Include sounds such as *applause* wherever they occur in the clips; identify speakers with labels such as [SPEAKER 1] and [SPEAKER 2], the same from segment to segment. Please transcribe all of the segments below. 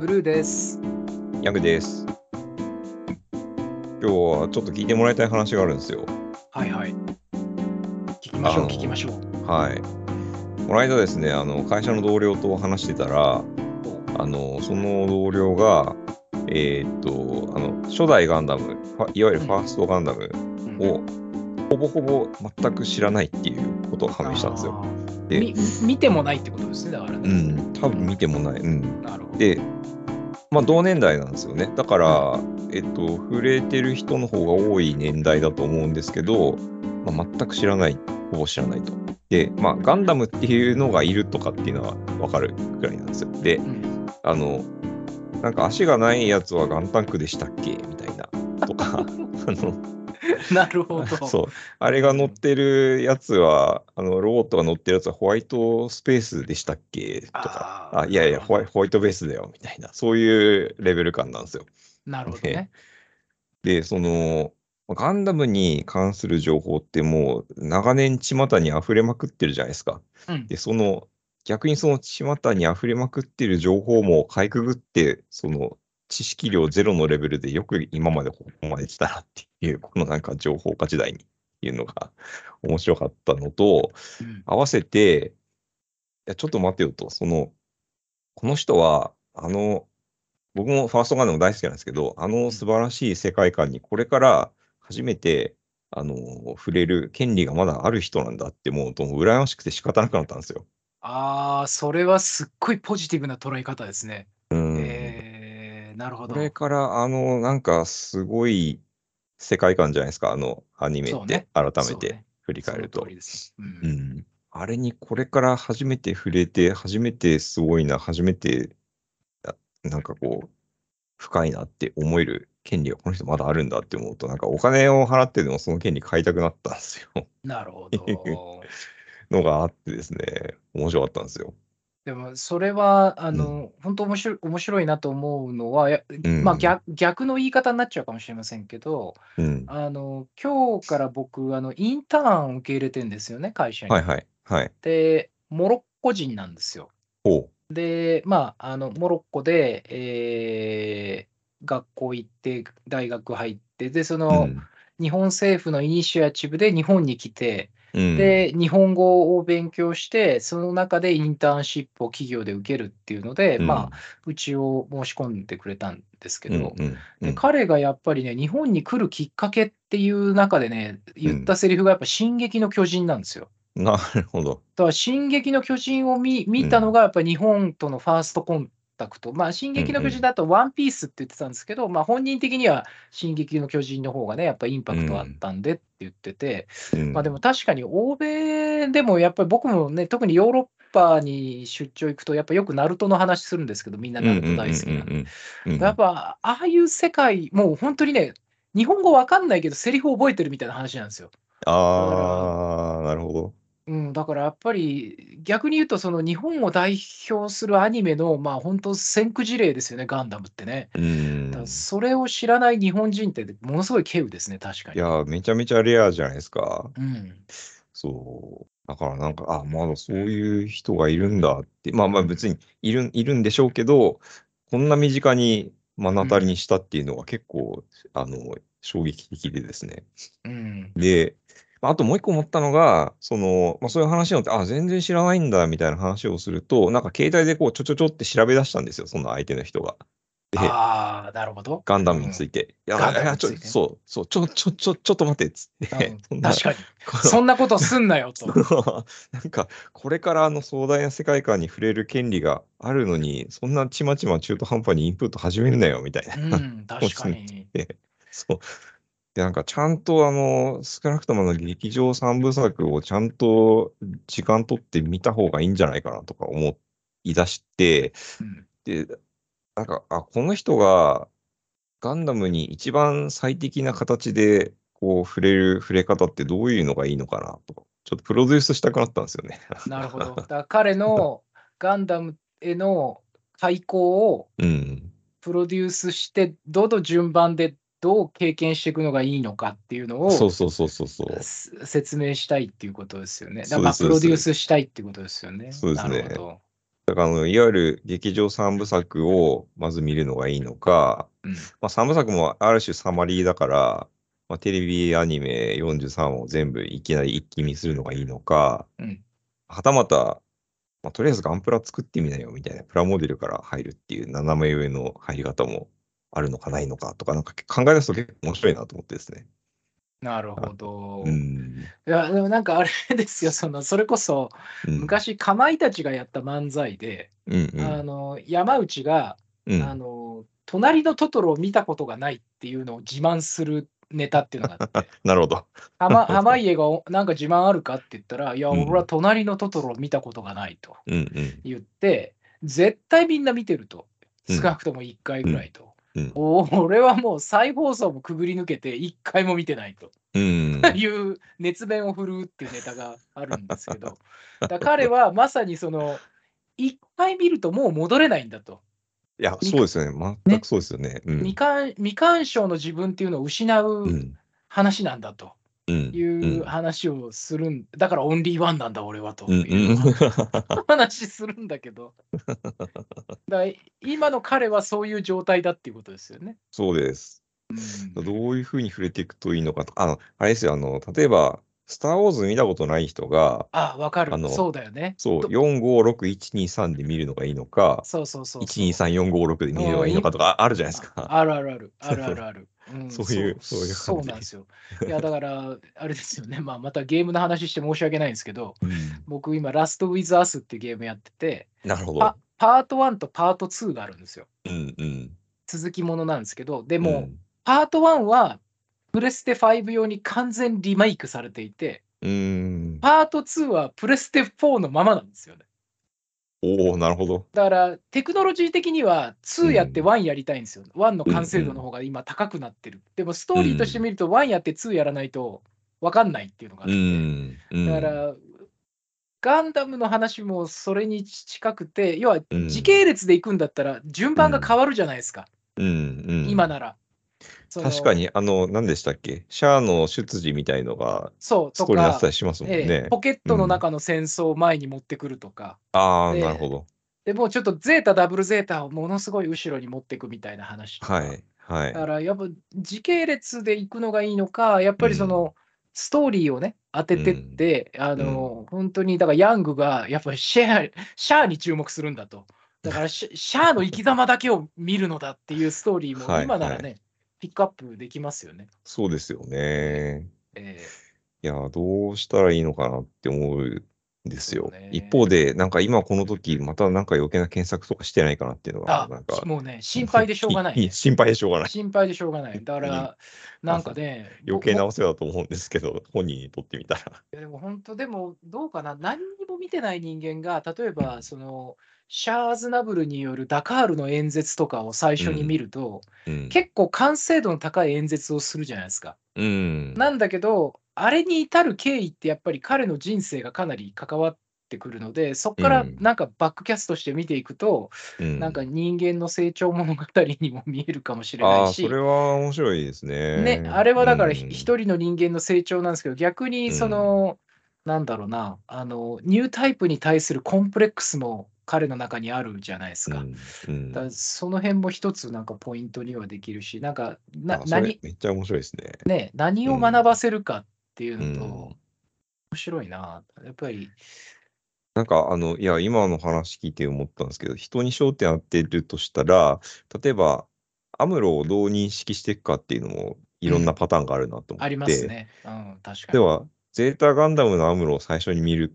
[SPEAKER 1] ブルーです。
[SPEAKER 2] ヤングです。今日はちょっと聞いてもらいたい話があるんですよ。
[SPEAKER 1] はいはい。聞きましょう、
[SPEAKER 2] あの
[SPEAKER 1] 聞きましょう。
[SPEAKER 2] はい。この間ですね、あの会社の同僚と話してたら、あのその同僚が、えーっとあの、初代ガンダム、ファいわゆるファーストガンダム
[SPEAKER 1] うん
[SPEAKER 2] を、ほぼほぼ全く知らないっていうことを判明したんですよ。
[SPEAKER 1] あー
[SPEAKER 2] で
[SPEAKER 1] み見てもないってことですね、だから
[SPEAKER 2] う
[SPEAKER 1] ね。
[SPEAKER 2] ん、多分見てもない。うん、
[SPEAKER 1] なるほど。
[SPEAKER 2] で、まあ、同年代なんですよね。だから、えっと、触れてる人の方が多い年代だと思うんですけど、まあ、全く知らない、ほぼ知らないと。で、まあ、ガンダムっていうのがいるとかっていうのは分かるくらいなんですよ。で、
[SPEAKER 1] うん
[SPEAKER 2] あの、なんか足がないやつはガンタンクでしたっけみたいな。
[SPEAKER 1] *laughs*
[SPEAKER 2] とかあの
[SPEAKER 1] なるほど。
[SPEAKER 2] *laughs* そうあれが乗ってるやつはあのロボットが乗ってるやつはホワイトスペースでしたっけとか
[SPEAKER 1] あー
[SPEAKER 2] あいやいやホワイ、ホワイトベースだよみたいな、そういうレベル感なんですよ。
[SPEAKER 1] なるほどね。
[SPEAKER 2] で、その、ガンダムに関する情報ってもう長年巷に溢れまくってるじゃないですか。
[SPEAKER 1] うん
[SPEAKER 2] で、その、逆にその巷に溢れまくってる情報もかいくぐって、その知識量ゼロのレベルでよく今までここまで来たなっていう、このなんか情報化時代にっていうのが面白かったのと、
[SPEAKER 1] うん
[SPEAKER 2] 合わせて、いや、ちょっと待てよと、その、この人は、あの、僕もファーストガンダム大好きなんですけど、あの素晴らしい世界観にこれから初めて、あの、触れる権利がまだある人なんだって思うと、もう羨ましくて仕方なくなったんですよ。
[SPEAKER 1] ああ、それはすっごいポジティブな捉え方ですね。
[SPEAKER 2] うん。
[SPEAKER 1] えー、なるほど。
[SPEAKER 2] これから、あの、なんかすごい世界観じゃないですか、あのアニメ
[SPEAKER 1] そう
[SPEAKER 2] っ
[SPEAKER 1] ね
[SPEAKER 2] て、改め
[SPEAKER 1] そう
[SPEAKER 2] て
[SPEAKER 1] ね
[SPEAKER 2] 振り返る
[SPEAKER 1] そ
[SPEAKER 2] と
[SPEAKER 1] の通。りです。うん
[SPEAKER 2] うん、あれにこれから初めて触れて、初めてすごいな、初めてあなんかこう、深いなって思える権利がこの人まだあるんだって思うと、なんかお金を払ってでもその権利買いたくなったんですよ。 *laughs*
[SPEAKER 1] なるほど。
[SPEAKER 2] のがあってですね、面白かったんですよ。
[SPEAKER 1] でもそれはあの、本当面白い面白いなと思うのは、や
[SPEAKER 2] ん
[SPEAKER 1] まあ、逆逆の言い方になっちゃうかもしれませんけど
[SPEAKER 2] うん。
[SPEAKER 1] あの今日から僕あのインターンを受け入れてんですよね会社に。
[SPEAKER 2] はいはい。はい。
[SPEAKER 1] でモロッコ人なんですよ。
[SPEAKER 2] ほ。
[SPEAKER 1] でまああのモロッコで、えー学校行って大学入ってでそう
[SPEAKER 2] う
[SPEAKER 1] の、
[SPEAKER 2] ん。
[SPEAKER 1] 日本政府のイニシアチブで日本に来て、
[SPEAKER 2] うん、
[SPEAKER 1] で、日本語を勉強して、その中でインターンシップを企業で受けるっていうので、まあ、
[SPEAKER 2] あ、
[SPEAKER 1] うちを申し込んでくれたんですけど、
[SPEAKER 2] うんうんう
[SPEAKER 1] で
[SPEAKER 2] ん、
[SPEAKER 1] 彼がやっぱりね、日本に来るきっかけっていう中でね、言ったセリフがやっぱ、進撃の巨人なんですよ。
[SPEAKER 2] なるほど。
[SPEAKER 1] だから、進撃の巨人を見見たのが、やっぱり日本とのファーストコンタクト。まあ、進撃の巨人だと、ワンピースって言ってたんですけど、まあ、本人的には、進撃の巨人の方がね、やっぱインパクトあったんでって言ってて、
[SPEAKER 2] うん
[SPEAKER 1] まあでも確かに欧米でもやっぱり僕もね、特にヨーロッパに出張行くと、やっぱよくナルトの話するんですけど、みんなナルト大好きなんで。
[SPEAKER 2] うんうんうんうん
[SPEAKER 1] やっぱああいう世界、もう本当にね、日本語わかんないけど、セリフ覚えてるみたいな話なんですよ。
[SPEAKER 2] ああ、なるほど。
[SPEAKER 1] うん、だからやっぱり逆に言うと、その日本を代表するアニメの、まあ本当先駆事例ですよね、ガンダムってね。
[SPEAKER 2] うん
[SPEAKER 1] だからそれを知らない日本人って、ものすごい稀有ですね、確か
[SPEAKER 2] い
[SPEAKER 1] に。
[SPEAKER 2] やー、めちゃめちゃレアじゃないですか。
[SPEAKER 1] うん、
[SPEAKER 2] そう。だからなんか、あ、まだそういう人がいるんだって、まあまあ別にいるいるんでしょうけど、こんな身近に目の当たりにしたっていうのは結構、あの、衝撃的でですね。
[SPEAKER 1] うん、
[SPEAKER 2] で、まああともう一個思ったのが、その、まあそういう話になって、あ、全然知らないんだみたいな話をすると、なんか携帯でこうちょちょちょって調べ出したんですよ、その相手の人が。
[SPEAKER 1] ああ、なるほ
[SPEAKER 2] *laughs*
[SPEAKER 1] ど。
[SPEAKER 2] ガンダムについて。いや
[SPEAKER 1] ガンダム
[SPEAKER 2] いや、ちょ
[SPEAKER 1] についてね
[SPEAKER 2] そう、そう、ちょ、ちょ、ちょ、ちょっと待ってっ
[SPEAKER 1] *laughs*
[SPEAKER 2] つっ
[SPEAKER 1] う
[SPEAKER 2] て
[SPEAKER 1] ん、
[SPEAKER 2] そんな
[SPEAKER 1] 確かに。
[SPEAKER 2] この
[SPEAKER 1] そんなことすんなよ
[SPEAKER 2] *laughs*
[SPEAKER 1] と。
[SPEAKER 2] なんか、これからあの壮大な世界観に触れる権利があるのに、そんなちまちま中途半端にインプット始めるなよ、みたいな。
[SPEAKER 1] うん、確かに。
[SPEAKER 2] *laughs* そう。で、なんか、ちゃんとあの、少なくともあの劇場三部作をちゃんと時間取って見た方がいいんじゃないかなとか思い出して、
[SPEAKER 1] うん
[SPEAKER 2] で、なんか、あ、この人がガンダムに一番最適な形で、こう、触れる、触れ方ってどういうのがいいのかなとか、ちょっとプロデュースしたくなったんですよね。 *laughs*
[SPEAKER 1] なるほど。だから彼のガンダムへの開口を
[SPEAKER 2] うん。
[SPEAKER 1] プロデュースして、どの順番でどう経験していくのがいいのかっていうのを
[SPEAKER 2] そうそうそうそうそう。
[SPEAKER 1] す説明したいっていうことですよね。だ
[SPEAKER 2] そ
[SPEAKER 1] から
[SPEAKER 2] うです
[SPEAKER 1] まあ
[SPEAKER 2] そう
[SPEAKER 1] プ
[SPEAKER 2] です
[SPEAKER 1] ロデュースしたいっていうことですよね。
[SPEAKER 2] そうですね
[SPEAKER 1] なるほど。
[SPEAKER 2] だからあの、いわゆる劇場三部作をまず見るのがいいのか、
[SPEAKER 1] うん
[SPEAKER 2] まあ、三部作もある種サマリーだから、まあ、テレビアニメ43話を全部いきなり一気見するのがいいのか、
[SPEAKER 1] うん
[SPEAKER 2] はたまた、まあ、とりあえずガンプラ作ってみなよみたいなプラモデルから入るっていう斜め上の入り方もあるのかないのかとか、なんか考え出すと結構面白いなと思ってですね。
[SPEAKER 1] なるほど。
[SPEAKER 2] う
[SPEAKER 1] い
[SPEAKER 2] ん。
[SPEAKER 1] や、でもなんかあれですよ、その、それこそ、
[SPEAKER 2] うん、
[SPEAKER 1] 昔、かまいたちがやった漫才で、
[SPEAKER 2] うんうん、
[SPEAKER 1] あの、山内が、
[SPEAKER 2] うん
[SPEAKER 1] あの、隣のトトロを見たことがないっていうのを自慢するネタっていうのが
[SPEAKER 2] *laughs*
[SPEAKER 1] あって、
[SPEAKER 2] なるほど。
[SPEAKER 1] 浜浜家がおなんか自慢あるかって言ったら、いや、
[SPEAKER 2] うん
[SPEAKER 1] 俺は隣のトトロを見たことがないと
[SPEAKER 2] うんうん。
[SPEAKER 1] 言って、絶対みんな見てると、
[SPEAKER 2] うん
[SPEAKER 1] 少なくとも1回ぐらいと。
[SPEAKER 2] うん
[SPEAKER 1] お俺はもう再放送もくぐり抜けて1回も見てないと。 *laughs*
[SPEAKER 2] うん。
[SPEAKER 1] いう熱弁を振るうっていうネタがあるんですけど、だから彼はまさにその、一回見るともう戻れないんだと、
[SPEAKER 2] いや、
[SPEAKER 1] み
[SPEAKER 2] そうですよね。全くそうですよね。うん
[SPEAKER 1] 未完未鑑賞の自分っていうのを失
[SPEAKER 2] う
[SPEAKER 1] うん話なんだと
[SPEAKER 2] うん
[SPEAKER 1] い
[SPEAKER 2] うん
[SPEAKER 1] う話をするん、だからオンリーワンなんだ、俺はと
[SPEAKER 2] うん
[SPEAKER 1] いう
[SPEAKER 2] うん
[SPEAKER 1] 話するんだけど、だから今の彼はそういう状態だっていうことですよね。
[SPEAKER 2] *laughs* そうです。
[SPEAKER 1] うん
[SPEAKER 2] どういうふうに触れていくといいのかとあの、あれですよ、あの、例えば、スター・ウォーズ見たことない人が、
[SPEAKER 1] ああ、わか
[SPEAKER 2] あ
[SPEAKER 1] る。
[SPEAKER 2] の
[SPEAKER 1] そうだよね。
[SPEAKER 2] そう、
[SPEAKER 1] ど
[SPEAKER 2] 4、5、6、1、2、3で見るのがいいのか、
[SPEAKER 1] そうそうそうそう。
[SPEAKER 2] 1、2、3、4、5、6で見るのがいいのかとかああるじゃないですか。
[SPEAKER 1] ああるあるある、あるあるある。ん
[SPEAKER 2] *laughs* そういうそういう感じ
[SPEAKER 1] そうなんですよ。いや、だから、あれですよね、まあ、またゲームの話して申し訳ないんですけど、
[SPEAKER 2] うん
[SPEAKER 1] 僕今、ラストウィズ・アスっていうゲームやってて、
[SPEAKER 2] なるほど
[SPEAKER 1] パ。パート1とパート2があるんですよ。
[SPEAKER 2] うんうん。
[SPEAKER 1] 続きものなんですけど、で
[SPEAKER 2] で
[SPEAKER 1] も、パート1は、プレステ5用に完全リメイクされていて、
[SPEAKER 2] うん。
[SPEAKER 1] パート2はプレステ4のままなんですよね。
[SPEAKER 2] おおなるほど。
[SPEAKER 1] だから、テクノロジー的には2やって
[SPEAKER 2] う
[SPEAKER 1] 1やりたいんですよ。1の完成度の方が今高くなってる。でも、ストーリーとして見ると1やって2やらないと分かんないっていうのがあっ
[SPEAKER 2] う
[SPEAKER 1] て。
[SPEAKER 2] ん。うん
[SPEAKER 1] だか、ら、ガンダムの話もそれに近くて、要は
[SPEAKER 2] うん
[SPEAKER 1] 時系列で行くんだったら順番が変わるじゃないですか、
[SPEAKER 2] うんうん、
[SPEAKER 1] 今なら。その
[SPEAKER 2] 確か。に、あの、何でしたっけシャアの出自みたいのが、
[SPEAKER 1] そう、
[SPEAKER 2] ス
[SPEAKER 1] と
[SPEAKER 2] トーリーになって
[SPEAKER 1] か
[SPEAKER 2] た、りしますもんね。
[SPEAKER 1] ええポケットの中の戦争を前に持ってくるとか、
[SPEAKER 2] ああ、
[SPEAKER 1] で
[SPEAKER 2] なるほど。
[SPEAKER 1] でもうちょっとゼータ、ダブルゼータをものすごい後ろに持ってくみたいな話とか。
[SPEAKER 2] はい。はい
[SPEAKER 1] だ。からやっぱ時系列で行くのがいいのか、やっぱりそのストーリーをね、当ててって、あの、本当にだからヤングがやっぱりシェア、シャアに注目するんだと。だからシ
[SPEAKER 2] *laughs*
[SPEAKER 1] ェシャアの生き様だけを見るのだっていうストーリー
[SPEAKER 2] はいは
[SPEAKER 1] も
[SPEAKER 2] い
[SPEAKER 1] 今ならね、ピックアップできますよね。
[SPEAKER 2] そうですよね。
[SPEAKER 1] え
[SPEAKER 2] いや、どうしたらいいのかなって思うんですよ
[SPEAKER 1] そう。ね
[SPEAKER 2] 一方で、なんか今この時、またなんか余計な検索とかしてないかなっていうの
[SPEAKER 1] ー
[SPEAKER 2] が
[SPEAKER 1] あ、
[SPEAKER 2] なんか、
[SPEAKER 1] もうね、心配でしょうがないい
[SPEAKER 2] *laughs* い。心配でしょう
[SPEAKER 1] *laughs*
[SPEAKER 2] がない。
[SPEAKER 1] 心配でしょうがない。だから、なんかね、
[SPEAKER 2] 余計
[SPEAKER 1] ぼ
[SPEAKER 2] なお世話だと思うんですけど、本人にとってみ
[SPEAKER 1] *laughs*
[SPEAKER 2] たら。
[SPEAKER 1] いやでも本当、でもどうかな、何にも見てない人間が、例えばそのシャーアズナブルによるダカールの演説とかを最初に見ると、
[SPEAKER 2] うん。
[SPEAKER 1] 結構完成度の高い演説をするじゃないですか。
[SPEAKER 2] うん。
[SPEAKER 1] なんだけど、あれに至る経緯ってやっぱり彼の人生がかなり関わってくるので、そこから
[SPEAKER 2] うん
[SPEAKER 1] なんかバックキャストして見ていくと、
[SPEAKER 2] うん
[SPEAKER 1] なんか人間の成長物語にも見えるかもしれ
[SPEAKER 2] あ
[SPEAKER 1] な
[SPEAKER 2] あ
[SPEAKER 1] い
[SPEAKER 2] ー、
[SPEAKER 1] し。
[SPEAKER 2] それは面白いですね。
[SPEAKER 1] ね、あれはだから
[SPEAKER 2] うん
[SPEAKER 1] ひ一、人の人間の成長なんですけど、逆にその、なんだろうなあの、ニュータイプに対するコンプレックスも彼の中にあるじゃないですか。
[SPEAKER 2] うんうん
[SPEAKER 1] だからその辺も一つなんかポイントにはできるし、なんかな
[SPEAKER 2] あそれ
[SPEAKER 1] 何
[SPEAKER 2] めっちゃ面白いですね。
[SPEAKER 1] ね、何を学ばせるかっていうのと、
[SPEAKER 2] うん
[SPEAKER 1] 面白いな、やっぱり、
[SPEAKER 2] なんかあの、いや、今の話聞いて思ったんですけど、人に焦点当てるとしたら、例えば、アムロをどう認識していくかっていうのも、いろんなパターンがあるなと思って。
[SPEAKER 1] ありますね。うん、確かに。
[SPEAKER 2] では、ゼータガンダムのアムロを最初に見る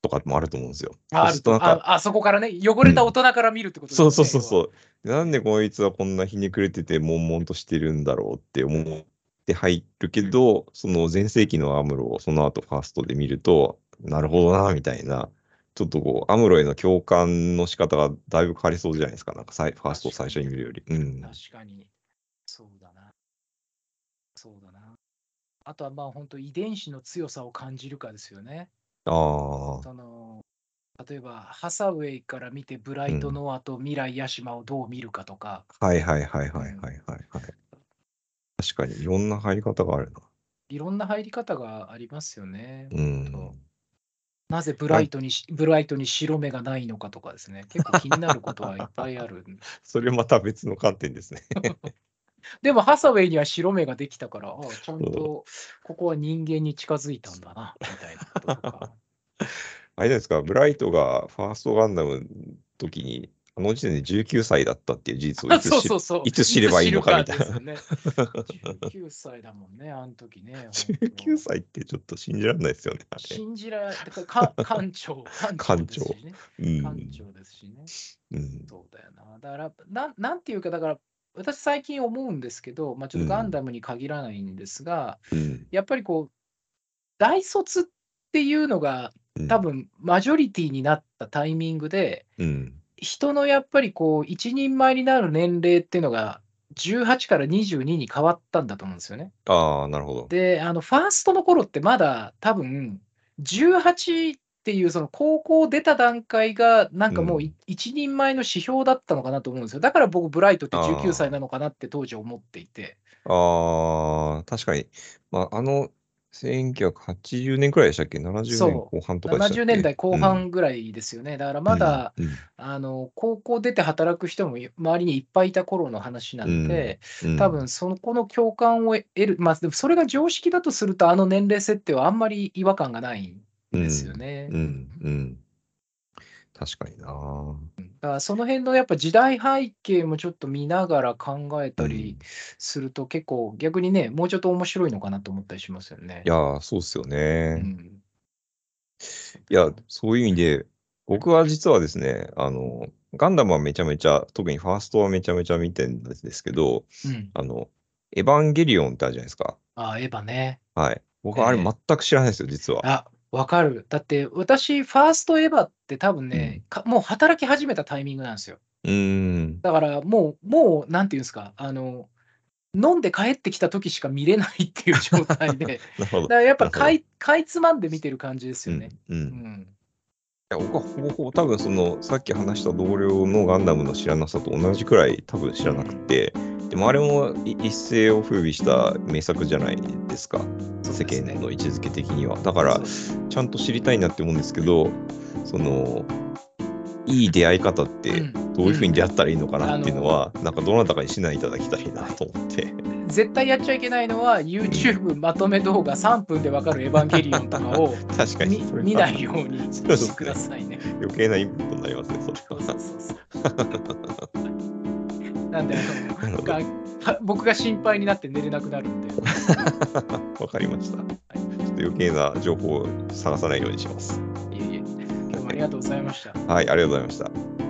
[SPEAKER 2] とかもあると思うんですよ。
[SPEAKER 1] あ
[SPEAKER 2] そう
[SPEAKER 1] あ
[SPEAKER 2] す
[SPEAKER 1] る
[SPEAKER 2] ると
[SPEAKER 1] と
[SPEAKER 2] なんか、
[SPEAKER 1] ああそこからね、汚れた大人から見るってことです
[SPEAKER 2] そ
[SPEAKER 1] ね、
[SPEAKER 2] うそうそう
[SPEAKER 1] 要
[SPEAKER 2] そ
[SPEAKER 1] は
[SPEAKER 2] う。でなんでこいつはこんなひねくれてて、悶々としてるんだろうって思って入るけど、その前世紀のアムロをその後ファーストで見ると、なるほどな、みたいな、ちょっとこう、アムロへの共感の仕方がだいぶ変わりそうじゃないですか、なんかさいファーストを最初に見るより。うん。
[SPEAKER 1] 確かに。そうだな。そうだな。あとはまあ本当遺伝子の強さを感じるかですよね。
[SPEAKER 2] ああ、
[SPEAKER 1] その例えばハサウェイから見てブライト・ノアと未来・ヤシマをどう見るかとか、
[SPEAKER 2] はいはいはいはいはいはい、はい。確かに、いろんな入り方があるな。
[SPEAKER 1] いろんな入り方がありますよね。
[SPEAKER 2] うん
[SPEAKER 1] そう。なぜブライトにし、ブライトに白目がないのかとかですね、結構気になることはいっぱいある。
[SPEAKER 2] *laughs* それまた別の観点ですね。
[SPEAKER 1] でも、ハサウェイには白目ができたから、ああちゃんとここは人間に近づいたんだな、みたいなこととか。
[SPEAKER 2] あれじゃないですか、ブライトがファーストガンダムの時に、あの時点で19歳だったっていう事実をいつ
[SPEAKER 1] そう
[SPEAKER 2] 知
[SPEAKER 1] そうそう。
[SPEAKER 2] いつ知ればいいのかみたいな
[SPEAKER 1] つ知るかですよね19歳だもんね、あの時
[SPEAKER 2] *laughs*
[SPEAKER 1] ね。
[SPEAKER 2] 19歳ってちょっと信じられないですよね。あれ
[SPEAKER 1] 信じられだからか館長、館長ですしね。
[SPEAKER 2] うん
[SPEAKER 1] 館長ですしね。
[SPEAKER 2] うん
[SPEAKER 1] そうだよな。だから、なんなんていうか、だから、私最近思うんですけど、まあ、ちょっとガンダムに限らないんですが、
[SPEAKER 2] うん
[SPEAKER 1] やっぱりこう、大卒っていうのが、
[SPEAKER 2] うん
[SPEAKER 1] 多分マジョリティになったタイミングで、
[SPEAKER 2] うん
[SPEAKER 1] 人のやっぱりこう、一人前になる年齢っていうのが、18から22に変わったんだと思うんですよね。
[SPEAKER 2] ああ、なるほど。
[SPEAKER 1] で、あの、ファーストの頃ってまだ多分、18っていうその高校出た段階がなんかもう
[SPEAKER 2] う
[SPEAKER 1] い
[SPEAKER 2] ん
[SPEAKER 1] 一人前の指標だったのかなと思うんですよ。だから僕、ブライトって
[SPEAKER 2] あー
[SPEAKER 1] 19歳なのかなって当時思っていて。
[SPEAKER 2] ああ、確かに。まあ、あの、1980年くらいでしたっけ ?70
[SPEAKER 1] そう
[SPEAKER 2] 年後半とかでしたっけ
[SPEAKER 1] 70年代後半ぐらいですよね。だからまだ、、
[SPEAKER 2] うんうん
[SPEAKER 1] あの、高校出て働く人も周りにいっぱいいた頃の話なんで、
[SPEAKER 2] うん
[SPEAKER 1] 多分そこの共感を得る、まあ、でもそれが常識だとすると、あの年齢設定はあんまり違和感がないんですよね。
[SPEAKER 2] うんうん。確かにな。
[SPEAKER 1] だからその辺のやっぱ時代背景もちょっと見ながら考えたりすると結構逆にねもうちょっと面白いのかなと思ったりしますよね。
[SPEAKER 2] いやー、そうっすよ
[SPEAKER 1] う
[SPEAKER 2] ね。
[SPEAKER 1] ん、
[SPEAKER 2] いや、そういう意味で、僕は実はですね、あの、ガンダムはめちゃめちゃ、特にファーストはめちゃめちゃ見てるんですけど、
[SPEAKER 1] うん、
[SPEAKER 2] あの、エヴァンゲリオンってあるじゃないですか。
[SPEAKER 1] ああエヴァね。
[SPEAKER 2] はい。僕はあれ
[SPEAKER 1] ええ
[SPEAKER 2] 全く知らないですよ、実は。
[SPEAKER 1] あわかる。だって私ファーストエヴァって多分ね、
[SPEAKER 2] うん
[SPEAKER 1] かもう働き始めたタイミングなんですよ。
[SPEAKER 2] うーん。
[SPEAKER 1] だからもうもうなんていうんですかあの飲んで帰ってきた時しか見れないっていう状態
[SPEAKER 2] *laughs*
[SPEAKER 1] で
[SPEAKER 2] なるほ
[SPEAKER 1] だ
[SPEAKER 2] ど。
[SPEAKER 1] からやっぱ
[SPEAKER 2] なるほど
[SPEAKER 1] かいかいつまんで見てる感じです
[SPEAKER 2] う
[SPEAKER 1] よ
[SPEAKER 2] ん
[SPEAKER 1] ね。。
[SPEAKER 2] うん
[SPEAKER 1] う
[SPEAKER 2] い
[SPEAKER 1] ん
[SPEAKER 2] や僕はほぼほぼ多分そのさっき話した同僚のガンダムの知らなさと同じくらい多分知らなくてでもあれもい一世を風靡した名作じゃないですか
[SPEAKER 1] そうです
[SPEAKER 2] 世間
[SPEAKER 1] ね
[SPEAKER 2] の位置づけ的にはだから
[SPEAKER 1] そうです
[SPEAKER 2] ちゃんと知りたいなって思うんですけどそのいい出会い方って
[SPEAKER 1] うん
[SPEAKER 2] どういうふうに出会ったらいいのかなっていうのは、なんかどなたかに指南いただきたいなと思って
[SPEAKER 1] 絶対やっちゃいけないのは YouTube まとめ動画3分でわかるエヴァンゲリオンとかを
[SPEAKER 2] *laughs* 確か
[SPEAKER 1] 見
[SPEAKER 2] にそれは
[SPEAKER 1] 見ないようにしてくださいね。
[SPEAKER 2] 余計なインプットになります *laughs* ねそ
[SPEAKER 1] *laughs*
[SPEAKER 2] れ
[SPEAKER 1] そう
[SPEAKER 2] は
[SPEAKER 1] そうそうそうなんであ
[SPEAKER 2] なる
[SPEAKER 1] の
[SPEAKER 2] ほど
[SPEAKER 1] がは僕が *laughs* 心配になって寝れなくなるんで。
[SPEAKER 2] わかりましたちょっと余計な情報を探さないようにします *laughs*
[SPEAKER 1] いえいえ、今日もありがとうございました。
[SPEAKER 2] はいありがとうございました